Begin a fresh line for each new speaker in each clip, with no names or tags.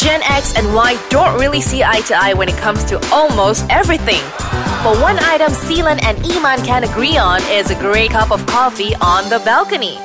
Gen X and Y don't really see eye to eye when it comes to almost everything. But one item Seelan and Iman can agree on is a great cup of coffee on the balcony.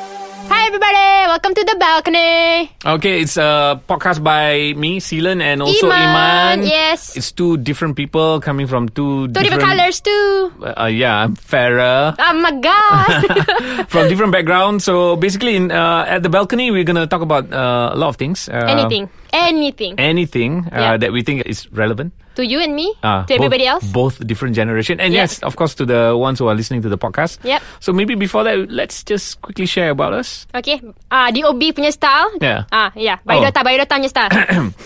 Hi everybody, welcome to the balcony.
Okay, it's a podcast by me, Seelan, and also
Iman,
Iman.
yes.
It's two different people coming from two,
Two different, colors too.
Uh, yeah, I'm fairer.
Oh my god.
from different backgrounds. So basically, in, uh, at the balcony, we're going to talk about uh, a lot of things. Uh,
anything, anything
Anything uh,
Yeah.
that we think is relevant
to you and me,
uh,
to everybody
both,
else.
both different generation, and
Yeah.
yes, of course, to the ones who are listening to the podcast.
Yep.
So maybe before that, let's just quickly share about us.
Okay, ah DOB punya style.
Yeah. Oh.
Ah yeah, Bayrota Bayrota punya style.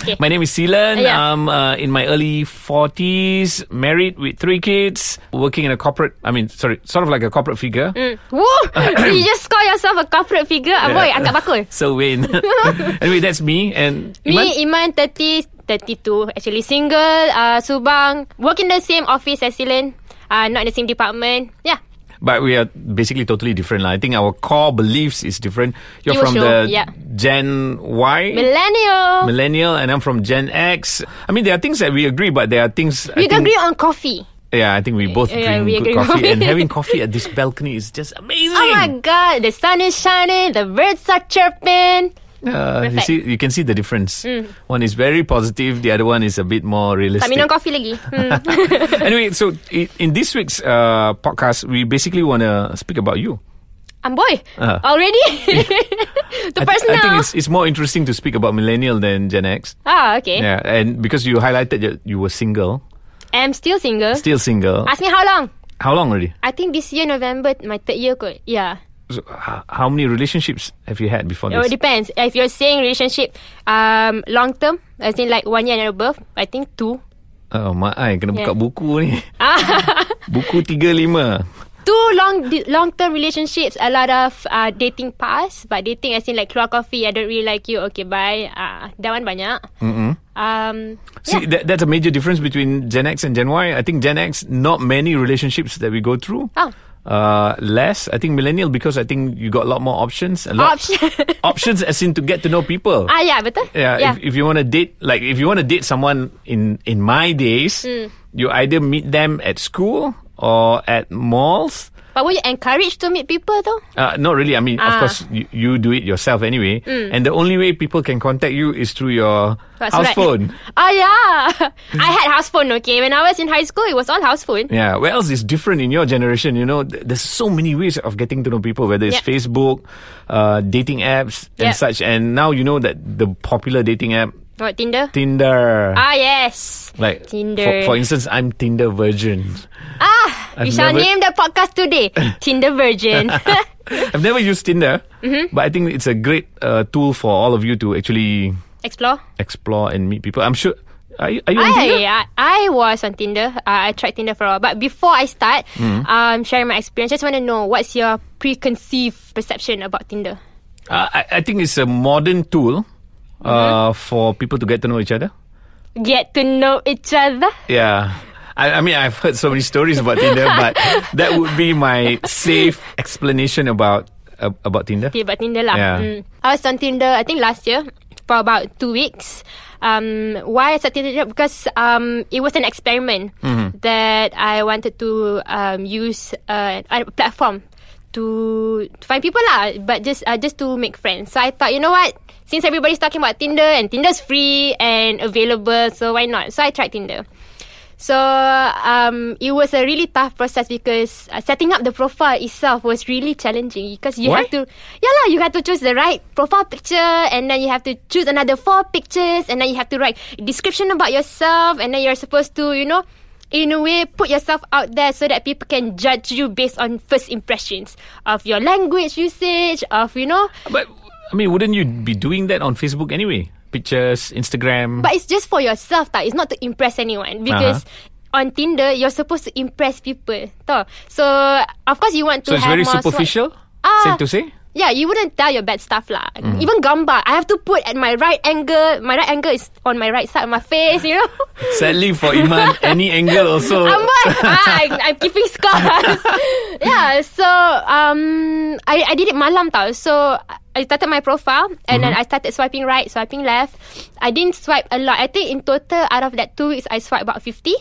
okay.
My name is Seelan.
Yeah.
I'm uh, in my early 40s, married with three kids, working in a corporate, I mean, sorry, sort of like a corporate figure.
Mm. Woo! you just call yourself a corporate figure. Ah boy, angkat bakul.
So, Wayne. anyway, that's me. And Iman?
Me, Iman, 30, 32. Actually single, uh, Subang. Work in the same office as Silen. Uh, not in the same department. Yeah.
But we are basically totally different. lah. I think our core beliefs is different. You're
You
from
sure,
the
yeah.
Gen Y.
Millennial.
Millennial and I'm from Gen X. I mean, there are things that we agree, but there are things I
we
think-
agree on coffee.
Yeah, I think we both
Yeah,
drink
we
good
agree.
coffee, and having coffee at this balcony is just amazing.
Oh my god, the sun is shining, the birds are chirping.
Uh, you
Perfect. Mm.
see, you can see the difference. One is very positive, the other one is a bit more
Tak
realistic.
minum kopi lagi. Hmm.
anyway, so i- in this week's uh, podcast, we basically want to speak about you.
Amboy,
Ah.
already? the
I, th-
personal.
I think it's, it's more interesting to speak about millennial than Gen X.
ah, okay.
Yeah, and because you highlighted that you were single,
I'm still single.
still single.
Ask me how long?
How long already?
I think this year, November, my third year kot. Yeah.
So, h- how many relationships have you had before
It
this?
depends. If you're saying relationship um, long term, as in like one year and above, I think two.
Oh, mak ai, kena
Yeah.
buka buku ni.
Ah,
Buku 35.
two long long term relationships, a lot of uh, dating past, but dating as in like keluar coffee, I don't really like you, okay bye. Ah, that one banyak. Mm-hmm. Um,
See, that, that's a major difference between Gen X and Gen Y. I think Gen X, not many relationships that we go through.
Oh.
Uh, less. I think millennial because I think you got a lot more options. A lot
Option.
options as in to get to know people.
ah yeah, betul?
yeah, If, if you want to date, like if you want to date someone in in my days,
Hmm.
you either meet them at school or at malls.
But were you encouraged to meet people though?
Uh, not really. I mean, of
Ah. Hmm.
course, you, you do it yourself anyway. And the only way people can contact you is through your
That's
house
right.
phone.
Oh yeah. I had house phone, okay. When I was in high school, it was all house phone.
Yeah, what else is different in your generation? You know, th- there's so many ways of getting to know people, whether it's
Yep.
Facebook, uh, dating apps, and
Yep.
such. And now you know that the popular dating app,
What, Oh, Tinder?
Tinder.
ah yes.
like
Tinder.
For, for instance, I'm Tinder virgin.
Ah, we
I've
shall
never-
name the podcast today Tinder Virgin.
I've never used Tinder,
Mm-hmm.
but I think it's a great uh, tool for all of you to actually
Explore.
explore and meet people. I'm sure. Are you, are you on Tinder?
I, I I was on Tinder. Uh, I tried Tinder for a while, but before I start um, sharing my experience, just want to know what's your preconceived perception about Tinder.
Uh, I, I think it's a modern tool
Mm-hmm.
uh, for people to get to know each other.
Get to know each other.
Yeah. I, I mean, I've heard so many stories about Tinder, but that would be my safe explanation about uh, about Tinder.
Okay, but Tinder lah.
Yeah.
Mm. I was on Tinder, I think last year, for about two weeks. Um, why I started Tinder? Because um, it was an experiment that I wanted to um, use uh, a platform to, to find people lah, but just uh, just to make friends. So I thought, you know what? Since everybody's talking about Tinder and Tinder's free and available, so why not? So I tried Tinder. So um, it was a really tough process because uh, setting up the profile itself was really challenging because you
Why?
have to, yeah lah, you have to choose the right profile picture and then you have to choose another four pictures and then you have to write description about yourself and then you're supposed to, you know, in a way put yourself out there so that people can judge you based on first impressions of your language usage of you know
But I mean, wouldn't you be doing that on Facebook anyway? Pictures, Instagram.
But it's just for yourself tau. It's not to impress anyone because
Uh-huh.
on Tinder you're supposed to impress people tau. So of course you want to
so it's
have
very
more swipe.
superficial.
Ah.
Safe to say.
Yeah, you wouldn't tell your bad stuff lah.
Mm-hmm.
Even gambar, I have to put at my right angle. My right angle is on my right side of my face, you know.
Sadly for Iman, any angle also.
I'm what? ah, I, I'm keeping scars. yeah, so um, I, I did it malam tau. So I started my profile and then I started swiping right, swiping left. I didn't swipe a lot. I think in total, out of that two weeks, I swiped about 50.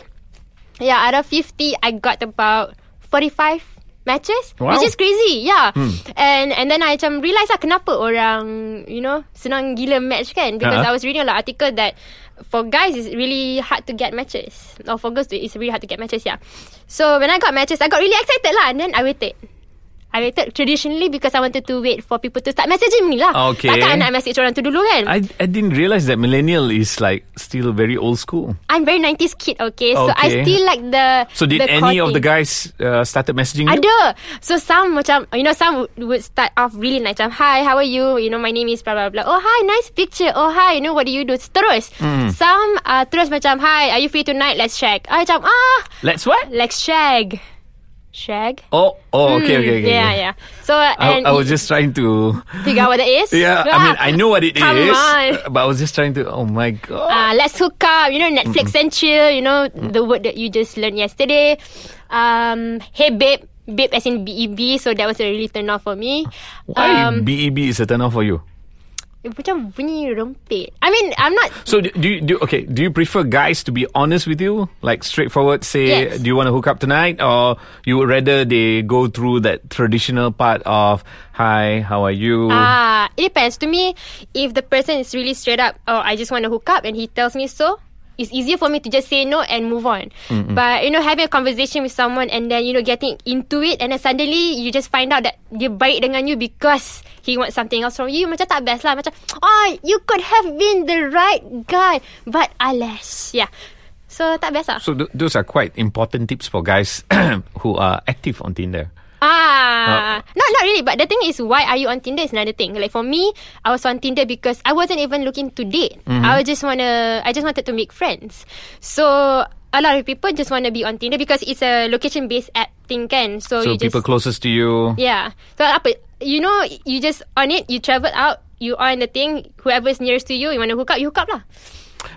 Yeah, out of 50, I got about 45 matches.
Wow.
Which is crazy, yeah.
Hmm.
And and then I macam realise lah kenapa orang, you know, senang gila match kan. Because
Uh-huh.
I was reading a lot of article that for guys it's really hard to get matches. Or for girls it's really hard to get matches, yeah. So when I got matches, I got really excited lah. And then I waited. I waited traditionally because I wanted to wait for people to start messaging me lah.
Okay.
Takkan nak message orang tu dulu kan.
I, I didn't realize that millennial is like still very old school.
I'm very 90s kid, okay? So I
Okay.
still like the
So did
the
any of
courting.
the guys uh, started messaging you?
Ada. So some macam you know some would, would start off really nice macam hi how are you? You know my name is blah blah blah. Oh hi nice picture. Oh hi you know what do you do? Terus.
Hmm.
Some uh, terus macam hi are you free tonight? Let's shag. I macam ah
Let's what?
let's shag. Shag.
Oh, oh, okay,
Hmm,
okay, okay.
Yeah,
okay.
yeah. So
I,
and
I was just trying to.
figure out what that is.
Yeah, I mean, I know what it is,
Come on.
but I was just trying to. Oh my god!
Uh, let's hook up, you know, Netflix and chill, you know, the word that you just learned yesterday. Um, hey, babe. Babe as in B-E-B. So that was a really turn off for me.
Why
Um,
BEB is a turn off for you?
Macam bunyi rempit. I mean, I'm not...
So do, do you do okay? Do you prefer guys to be honest with you, like straightforward? Say,
Yes.
do you want to hook up tonight, or you would rather they go through that traditional part of "Hi, how are you?"
Ah, it depends. To me, if the person is really straight up, oh, I just want to hook up and he tells me so, it's easier for me to just say no and move on. But, you know, having a conversation with someone and then, you know, getting into it and then suddenly you just find out that dia baik dengan you because he wants something else from you. Macam tak best lah. Macam, oh, you could have been the right guy. But alas. Yeah. So, tak best lah.
so th- those are quite important tips for guys who are active on Tinder. Uh,
Ah, not not really. But the thing is, why are you on Tinder? Is another thing. Like for me, I was on Tinder because I wasn't even looking to date.
Mm-hmm.
I was just wanna, I just wanted to make friends. So a lot of people just wanna be on Tinder because it's a location based app thing, can. So, you
So people
just
closest to you.
yeah. So apa? You know, you just on it. You travel out. You on the thing. Whoever is nearest to you, you wanna hook up, you hook up lah.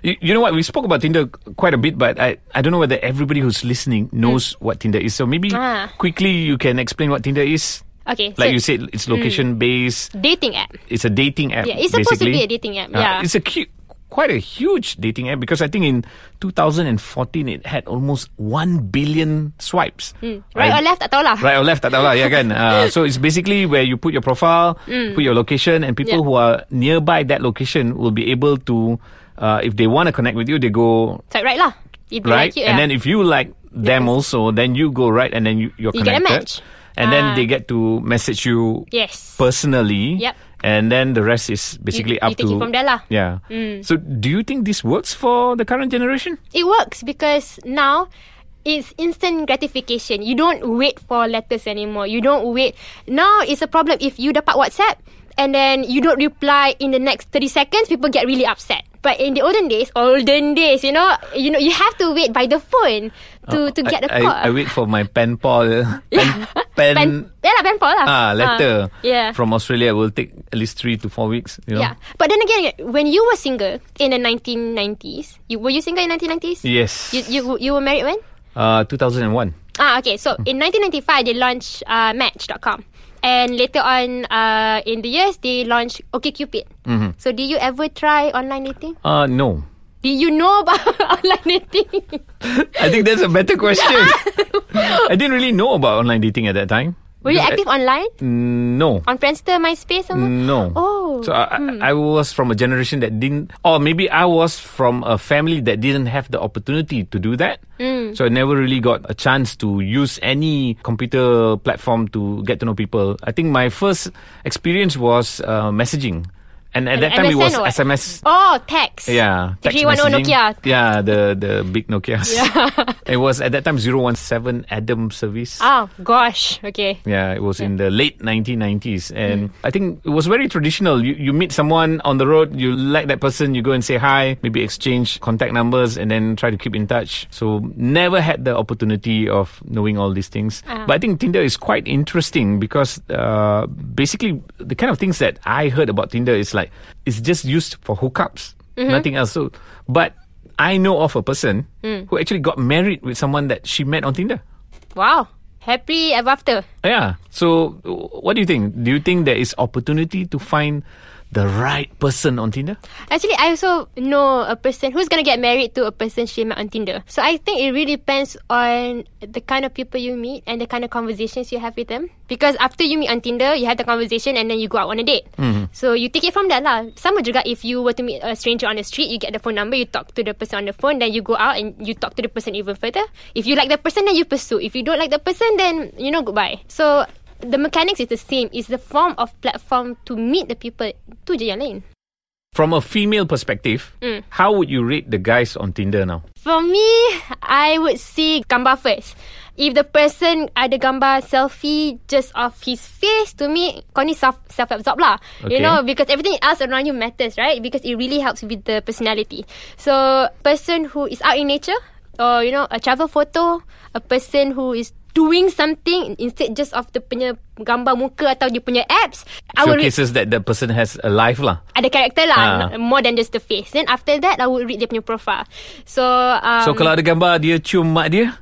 You, you know what? We spoke about Tinder quite a bit, but I, I don't know whether everybody who's listening knows what Tinder is. So maybe
Mm. Ah.
quickly you can explain what Tinder is.
Okay. so
Like you said, it's location based.
dating app.
It's a dating app.
Yeah, it's supposed to be
basically.
a dating app,
Uh,
yeah.
it's a cu- quite a huge dating app because I think in 2014 it had almost one billion swipes.
Mm. Right or left, tak tahu lah.
Right or left, tak tahu lah, yeah kan. Uh, so it's basically where you put your profile, put your location, and people
Mm. Yeah.
who are nearby that location will be able to, uh, if they want to connect with you, they go
Swipe right lah. If they
right,
like you,
and
yeah.
then if you like them also, then you go right, and then you, you're
You get a
connected,
match.
and
Ah.
then they get to message you
yes.
personally.
Yep.
And then the rest is
you
basically up
take
to
it from there lah. Mm.
Yeah. So do you think this works for the current generation?
It works because now it's instant gratification. You don't wait for letters anymore. You don't wait. Now it's a problem if you dapat WhatsApp and then you don't reply in the next 30 seconds, people get really upset. But in the olden days, olden days, you know, you know, you have to wait by the phone to to get
Oh, I,
a call.
I, I wait for my pen pal pen, pen,
pen, yeah lah, pen pal lah.
ah letter
Ah, yeah.
from Australia will take at least three to four weeks. You know?
yeah. But then again, when you were single in the 1990s, you were you single in 1990s?
Yes.
You, you you were married when?
uh, 2001.
Ah, okay. So in 1995, they launched uh, Match.com. And later on uh, in the years, they launched OkCupid.
Mm-hmm.
So did you ever try online dating?
Uh, no.
Did you know about online dating?
I think that's a better question. I didn't really know about online dating at that time.
Were
uh,
you active online?
No.
On Friendster, MySpace? Or
No.
Oh.
Mm. So I, I I was from a generation that didn't, or maybe I was from a family that didn't have the opportunity to do that.
Hmm.
So I never really got a chance to use any computer platform to get to know people. I think my first experience was uh, messaging. And
An
at that time, it was
MSN or what?
SMS.
Oh, text.
Yeah, text
3310
messaging.
Nokia.
Yeah, the the big Nokias. it was at that time 017 Adam service.
Oh gosh. Okay.
Yeah, it was in the late 1990s, and I think it was very traditional. You you meet someone on the road, you like that person, you go and say hi, maybe exchange contact numbers, and then try to keep in touch. So never had the opportunity of knowing all these things. But I think Tinder is quite interesting because uh, basically the kind of things that I heard about Tinder is like it's just used for hookups, nothing else. So, but I know of a person who actually got married with someone that she met on Tinder.
Wow. Happy ever after.
Yeah. So, w- what do you think? Do you think there is opportunity to find the right person on Tinder?
Actually, I also know a person who's gonna get married to a person she met on Tinder. So I think it really depends on the kind of people you meet and the kind of conversations you have with them. Because after you meet on Tinder, you have the conversation and then you go out on a date. So you take it from that lah. Sama juga if you were to meet a stranger on the street, you get the phone number, you talk to the person on the phone, then you go out and you talk to the person even further. If you like the person, then you pursue. If you don't like the person, then you know goodbye. So the mechanics is the same. It's the form of platform to meet the people. Tu je yang lain.
From a female perspective,
Mm.
how would you rate the guys on Tinder now?
For me, I would see gambar first. If the person ada gambar selfie just of his face, to me, kau ni self, self-absorb lah. You
Okay.
know, because everything else around you matters, right? Because it really helps with the personality. So, person who is out in nature, or, you know, a travel photo, a person who is doing something instead just of the punya gambar muka atau dia punya abs, I would read
Showcases that the person has a life lah.
ada character lah,
Ah.
more than just the face. Then after that, I would read dia punya profile. So, um,
So kalau ada gambar dia cium mak dia,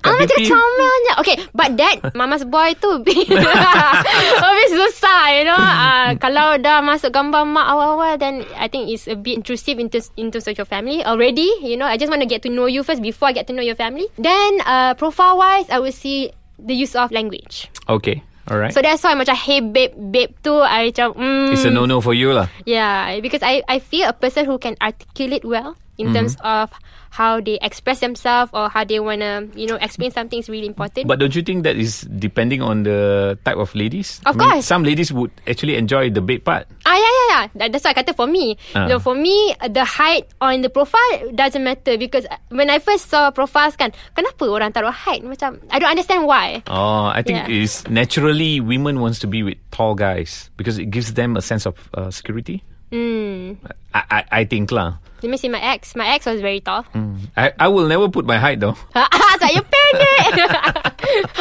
kat
Ah, macam
pipi,
comel Okay, but that Mama's boy tu Habis susah, you know uh, Kalau dah masuk gambar mak awal-awal Then I think it's a bit intrusive into, into social family already You know, I just want to get to know you first Before I get to know your family Then, uh, profile-wise I will see the use of language
Okay, alright.
So that's why macam Hey babe, babe tu I macam mm,
it's a no-no for you lah.
Yeah, because I, I feel a person who can articulate well in terms
Mm-hmm.
of how they express themselves or how they want to, you know, explain something is really important.
But don't you think that is depending on the type of ladies?
Of
I mean,
course.
Some ladies would actually enjoy the big part.
Ah yeah yeah yeah. That, that's what I kata for me.
Ah.
No, for me uh, the height on the profile doesn't matter because uh, when I first saw profiles kan, kenapa orang taruh height macam I don't understand why.
Oh, I think
Yeah.
it's naturally women wants to be with tall guys because it gives them a sense of uh, security.
Hmm.
I, I, I think lah.
Let me see my ex. My ex was very tall.
I, I will never put my height though.
so you pendek.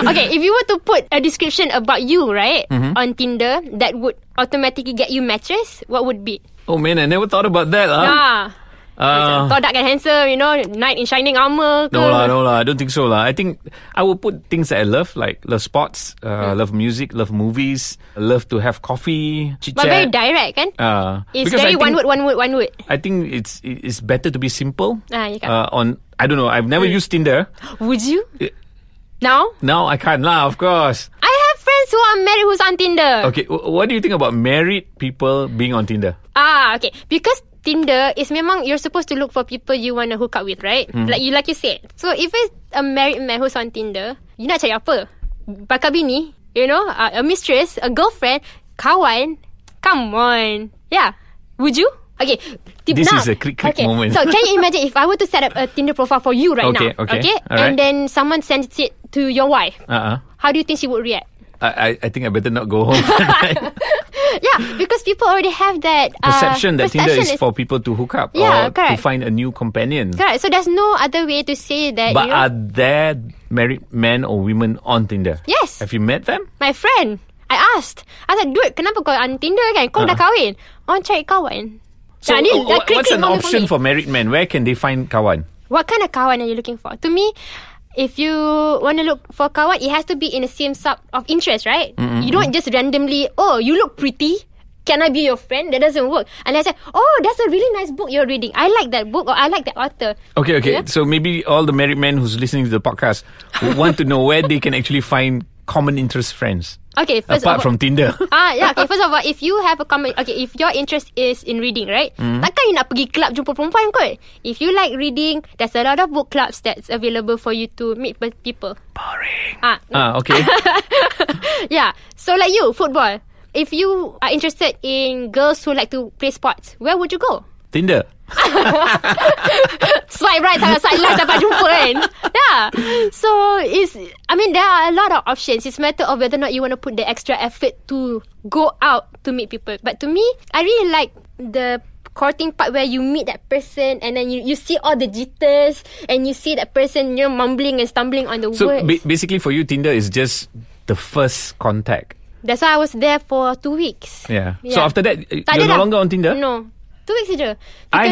okay, if you were to put a description about you, right,
Mm-hmm.
on Tinder that would automatically get you matches, what would be?
Oh man, I never thought about that. Lah.
Ah.
Uh,
Tall, dark and handsome, you know, knight in shining armor. ke?
no lah, no lah. I don't think so lah. I think I will put things that I love, like love sports,
Hmm.
uh, love music, love movies, love to have coffee, chit
But very
chat.
direct kan?
Uh,
It's
because I
very
think-
one word, one word, one word.
I think it's it- it's better to be simple.
Ah, you Hmm. can.
uh, on I don't know. I've never used Tinder.
Would you?
Eh.
Now?
Now I can't lah. Of course.
I have friends who are married who's on Tinder.
Okay. wh- what do you think about married people being on Tinder?
Ah, okay. Because Tinder is memang you're supposed to look for people you want to hook up with, right?
Mm-hmm.
Like you like you said. So if it's a married man who's on Tinder, you nak cari apa? Bakal bini, you know, uh, a mistress, a girlfriend, kawan. Come on. Yeah. Would you? Okay. Tip
This
now.
is a click, click
okay.
moment.
so can you imagine if I were to set up a Tinder profile for you right
Okay,
now?
okay.
And
Alright.
then someone sends it to your wife.
Uh uh
How do you think she would react?
I, I I think I better not go home.
Uh, Yeah, because people already have that uh,
perception that Tinder
perception
is, for people to hook up
Yeah,
or to
correct.
find a new companion.
Correct. So there's no other way to say that. you
But
know,
are there married men or women on Tinder?
Yes.
Have you met them?
my friend, I asked. I said, dude, kenapa kau on Tinder kan? Kau dah kahwin. Orang cari kawan.
Uh-huh. So,
Nah, ni
wh-
dah
wh- what's
klik-klik
an
moment for
option
me.
for married men? Where can they find kawan?
What kind of kawan are you looking for? To me, if you want to look for kawan, it has to be in the same sub of interest, right? You don't just randomly, oh, you look pretty. Can I be your friend? That doesn't work. And I said, oh, that's a really nice book you're reading. I like that book or I like that author.
Okay, okay.
Yeah.
So maybe all the married men who's listening to the podcast would want to know where they can actually find common interest friends
Okay, first of
apart
all,
from Tinder.
Ah yeah okay first of all if you have a comment okay if your interest is in reading right takkan you nak pergi club jumpa perempuan kot if you like reading there's a lot of book clubs that's available for you to meet pe- people
Boring.
ah
Ah, okay.
yeah so like you football If you are interested in girls who like to play sports, where would you go?
Tinder.
swipe right sangat swipe left dapat jumpa kan yeah so it's I mean there are a lot of options it's matter of whether or not you want to put the extra effort to go out to meet people but to me I really like the courting part where you meet that person and then you, you see all the jitters and you see that person you know mumbling and stumbling on the
So
words
ba- basically, for you, Tinder is just the first contact.
that's why I was there for two weeks
Yeah. So after that, uh,
Tak
you're
ada dah.
no longer on Tinder.
no two weeks saja
I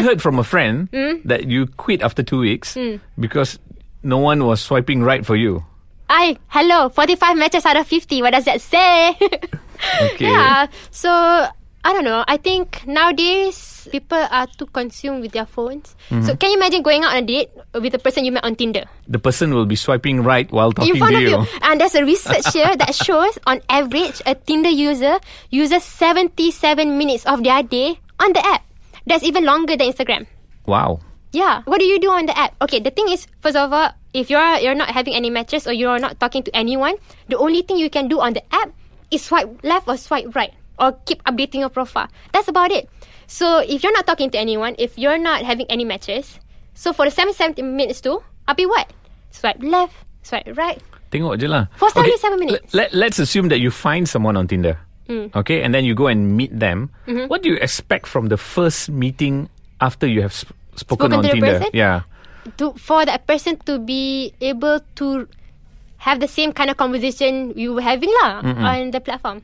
Because- Hmm?
heard from a friend that you quit after two weeks because no one was swiping right for you.
I hello, 45 matches out of 50. What does that say?
Okay.
Yeah. So I don't know. I think nowadays people are too consumed with their phones. So can you imagine going out on a date with a person you met on Tinder?
The person will be swiping right while
In
talking
front of
to you.
you. And there's a research here that shows on average a Tinder user uses 77 minutes of their day on the app. That's even longer than Instagram.
Wow.
Yeah. What do you do on the app? Okay, the thing is, first of all, if you're you're not having any matches or you're not talking to anyone, the only thing you can do on the app is swipe left or swipe right or keep updating your profile. That's about it. So if you're not talking to anyone, if you're not having any matches, so for the 77 minutes too, I'll be what? Swipe left, swipe right.
Tengok je lah.
For 77 minutes. Hmm.
Let, let's assume that you find someone on Tinder. Okay, and then you go and meet them.
Mm-hmm.
What do you expect from the first meeting after you have sp- spoken,
Spoken
on
to the
Tinder?
person?
Yeah.
to for that person to be able to have the same kind of conversation you were having lah on the platform.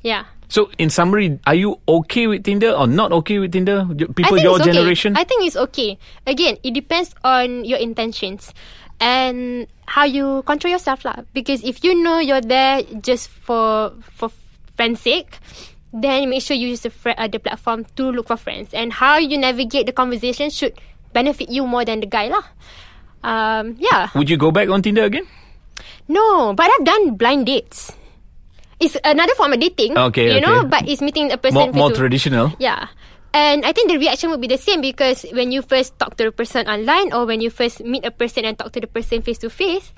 Yeah.
So, in summary, are you okay with Tinder or not okay with Tinder? Y- People your
it's okay.
generation?
I think it's okay. Again, it depends on your intentions and how you control yourself lah. Because if you know you're there just for for friends' sake, then make sure you use the fr- uh, the platform to look for friends. And how you navigate the conversation should benefit you more than the guy lah. Um, yeah.
Would you go back on Tinder again?
No, but I've done blind dates. It's another form of dating.
Okay,
You know,
okay.
but it's meeting a
More,
person.
more
face to-
traditional.
yeah. And I think the reaction would be the same because when you first talk to a person online or when you first meet a person and talk to the person face to face,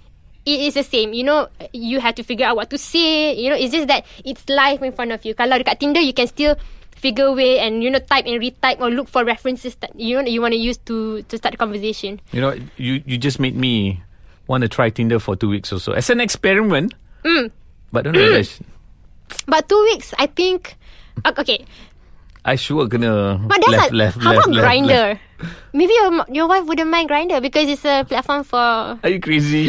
it is the same. You know, you have to figure out what to say. You know, it's just that it's live in front of you. Kalau dekat Tinder, you can still figure away and you know type and retype or look for references that you know you want to use to to start the conversation.
You know, you, you just made me want to try Tinder for two weeks or so as an experiment.
Mm.
But don't know.
But two weeks, I think. ok- Okay,
I sure gonna
but that's
left,
a,
left,
how
left,
about
left, left.
grinder? Maybe your your wife wouldn't mind grinder because it's a platform for
Are you crazy?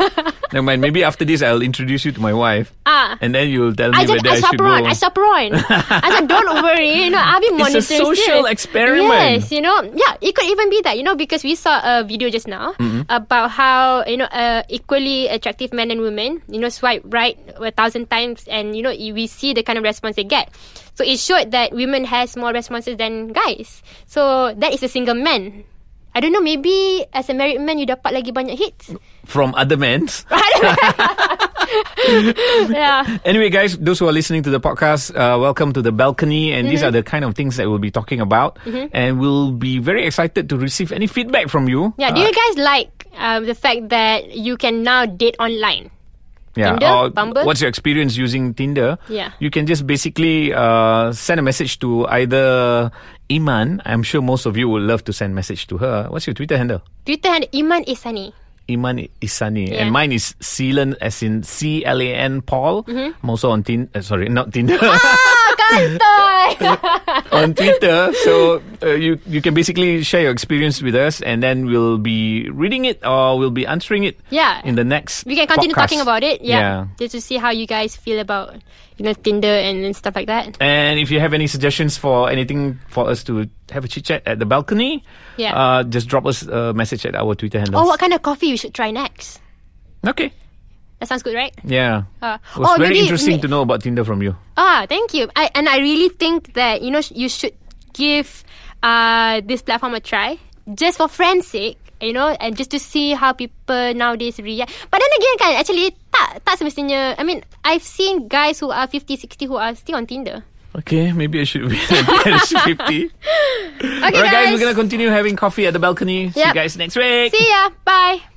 Never mind. Maybe after this, I'll introduce you to my wife,
ah.
and then you'll tell me
I just
whether
I
I should
chaperone.
go.
I chaperone. I said, don't worry. You know, I'll be monitoring.
It's a social
this." Yes,
experiment.
you know, yeah, it could even be that. You know, because we saw a video just now
Mm-hmm.
about how you know uh, equally attractive men and women, you know, swipe right a thousand times, and you know y- we see the kind of response they get. So it showed that women has more responses than guys. So that is a single man. I don't know. Maybe as a married man, you dapat lagi banyak hits.
From other men's.
yeah.
Anyway, guys, those who are listening to the podcast, uh, welcome to the balcony. And
Mm-hmm.
these are the kind of things that we'll be talking about. And we'll be very excited to receive any feedback from you. Uh,
Yeah, do you guys like um, the fact that you can now date online?
Yeah.
Tinder,
or
Bumble?
What's your experience using Tinder?
Yeah.
You can just basically uh, send a message to either Iman. I'm sure most of you would love to send message to her. What's your Twitter handle?
Twitter and Iman Isani.
Iman Isani.
Yeah.
And mine is Celan, as in C L A N Paul.
Mm-hmm.
I'm also on Tinder. sorry, not Tinder.
Ah, kantai!
on Twitter. So uh, you you can basically share your experience with us, and then we'll be reading it or we'll be answering it.
Yeah.
In the next,
we can continue
podcast.
talking about it. Yeah,
Yeah.
Just to see how you guys feel about you know Tinder and, and stuff like that.
And if you have any suggestions for anything for us to have a chit chat at the balcony,
Yeah.
uh, just drop us a message at our Twitter handles.
Oh, what kind of coffee we should try next?
okay.
That sounds good, right?
Yeah.
Oh, Uh,
It was
oh,
very
maybe-
interesting
may-
to know about Tinder from you.
Ah, thank you. I and I really think that you know sh- you should give uh this platform a try just for friends' sake, you know, and just to see how people nowadays react. But then again, kan, actually tak tak semestinya. I mean, I've seen guys who are 50, 60 who are still on Tinder.
Okay, maybe I should be at 50.
Okay,
Alright, guys,
guys,
we're going to continue having coffee at the balcony. See you
Yep.
guys next week.
see ya. Bye.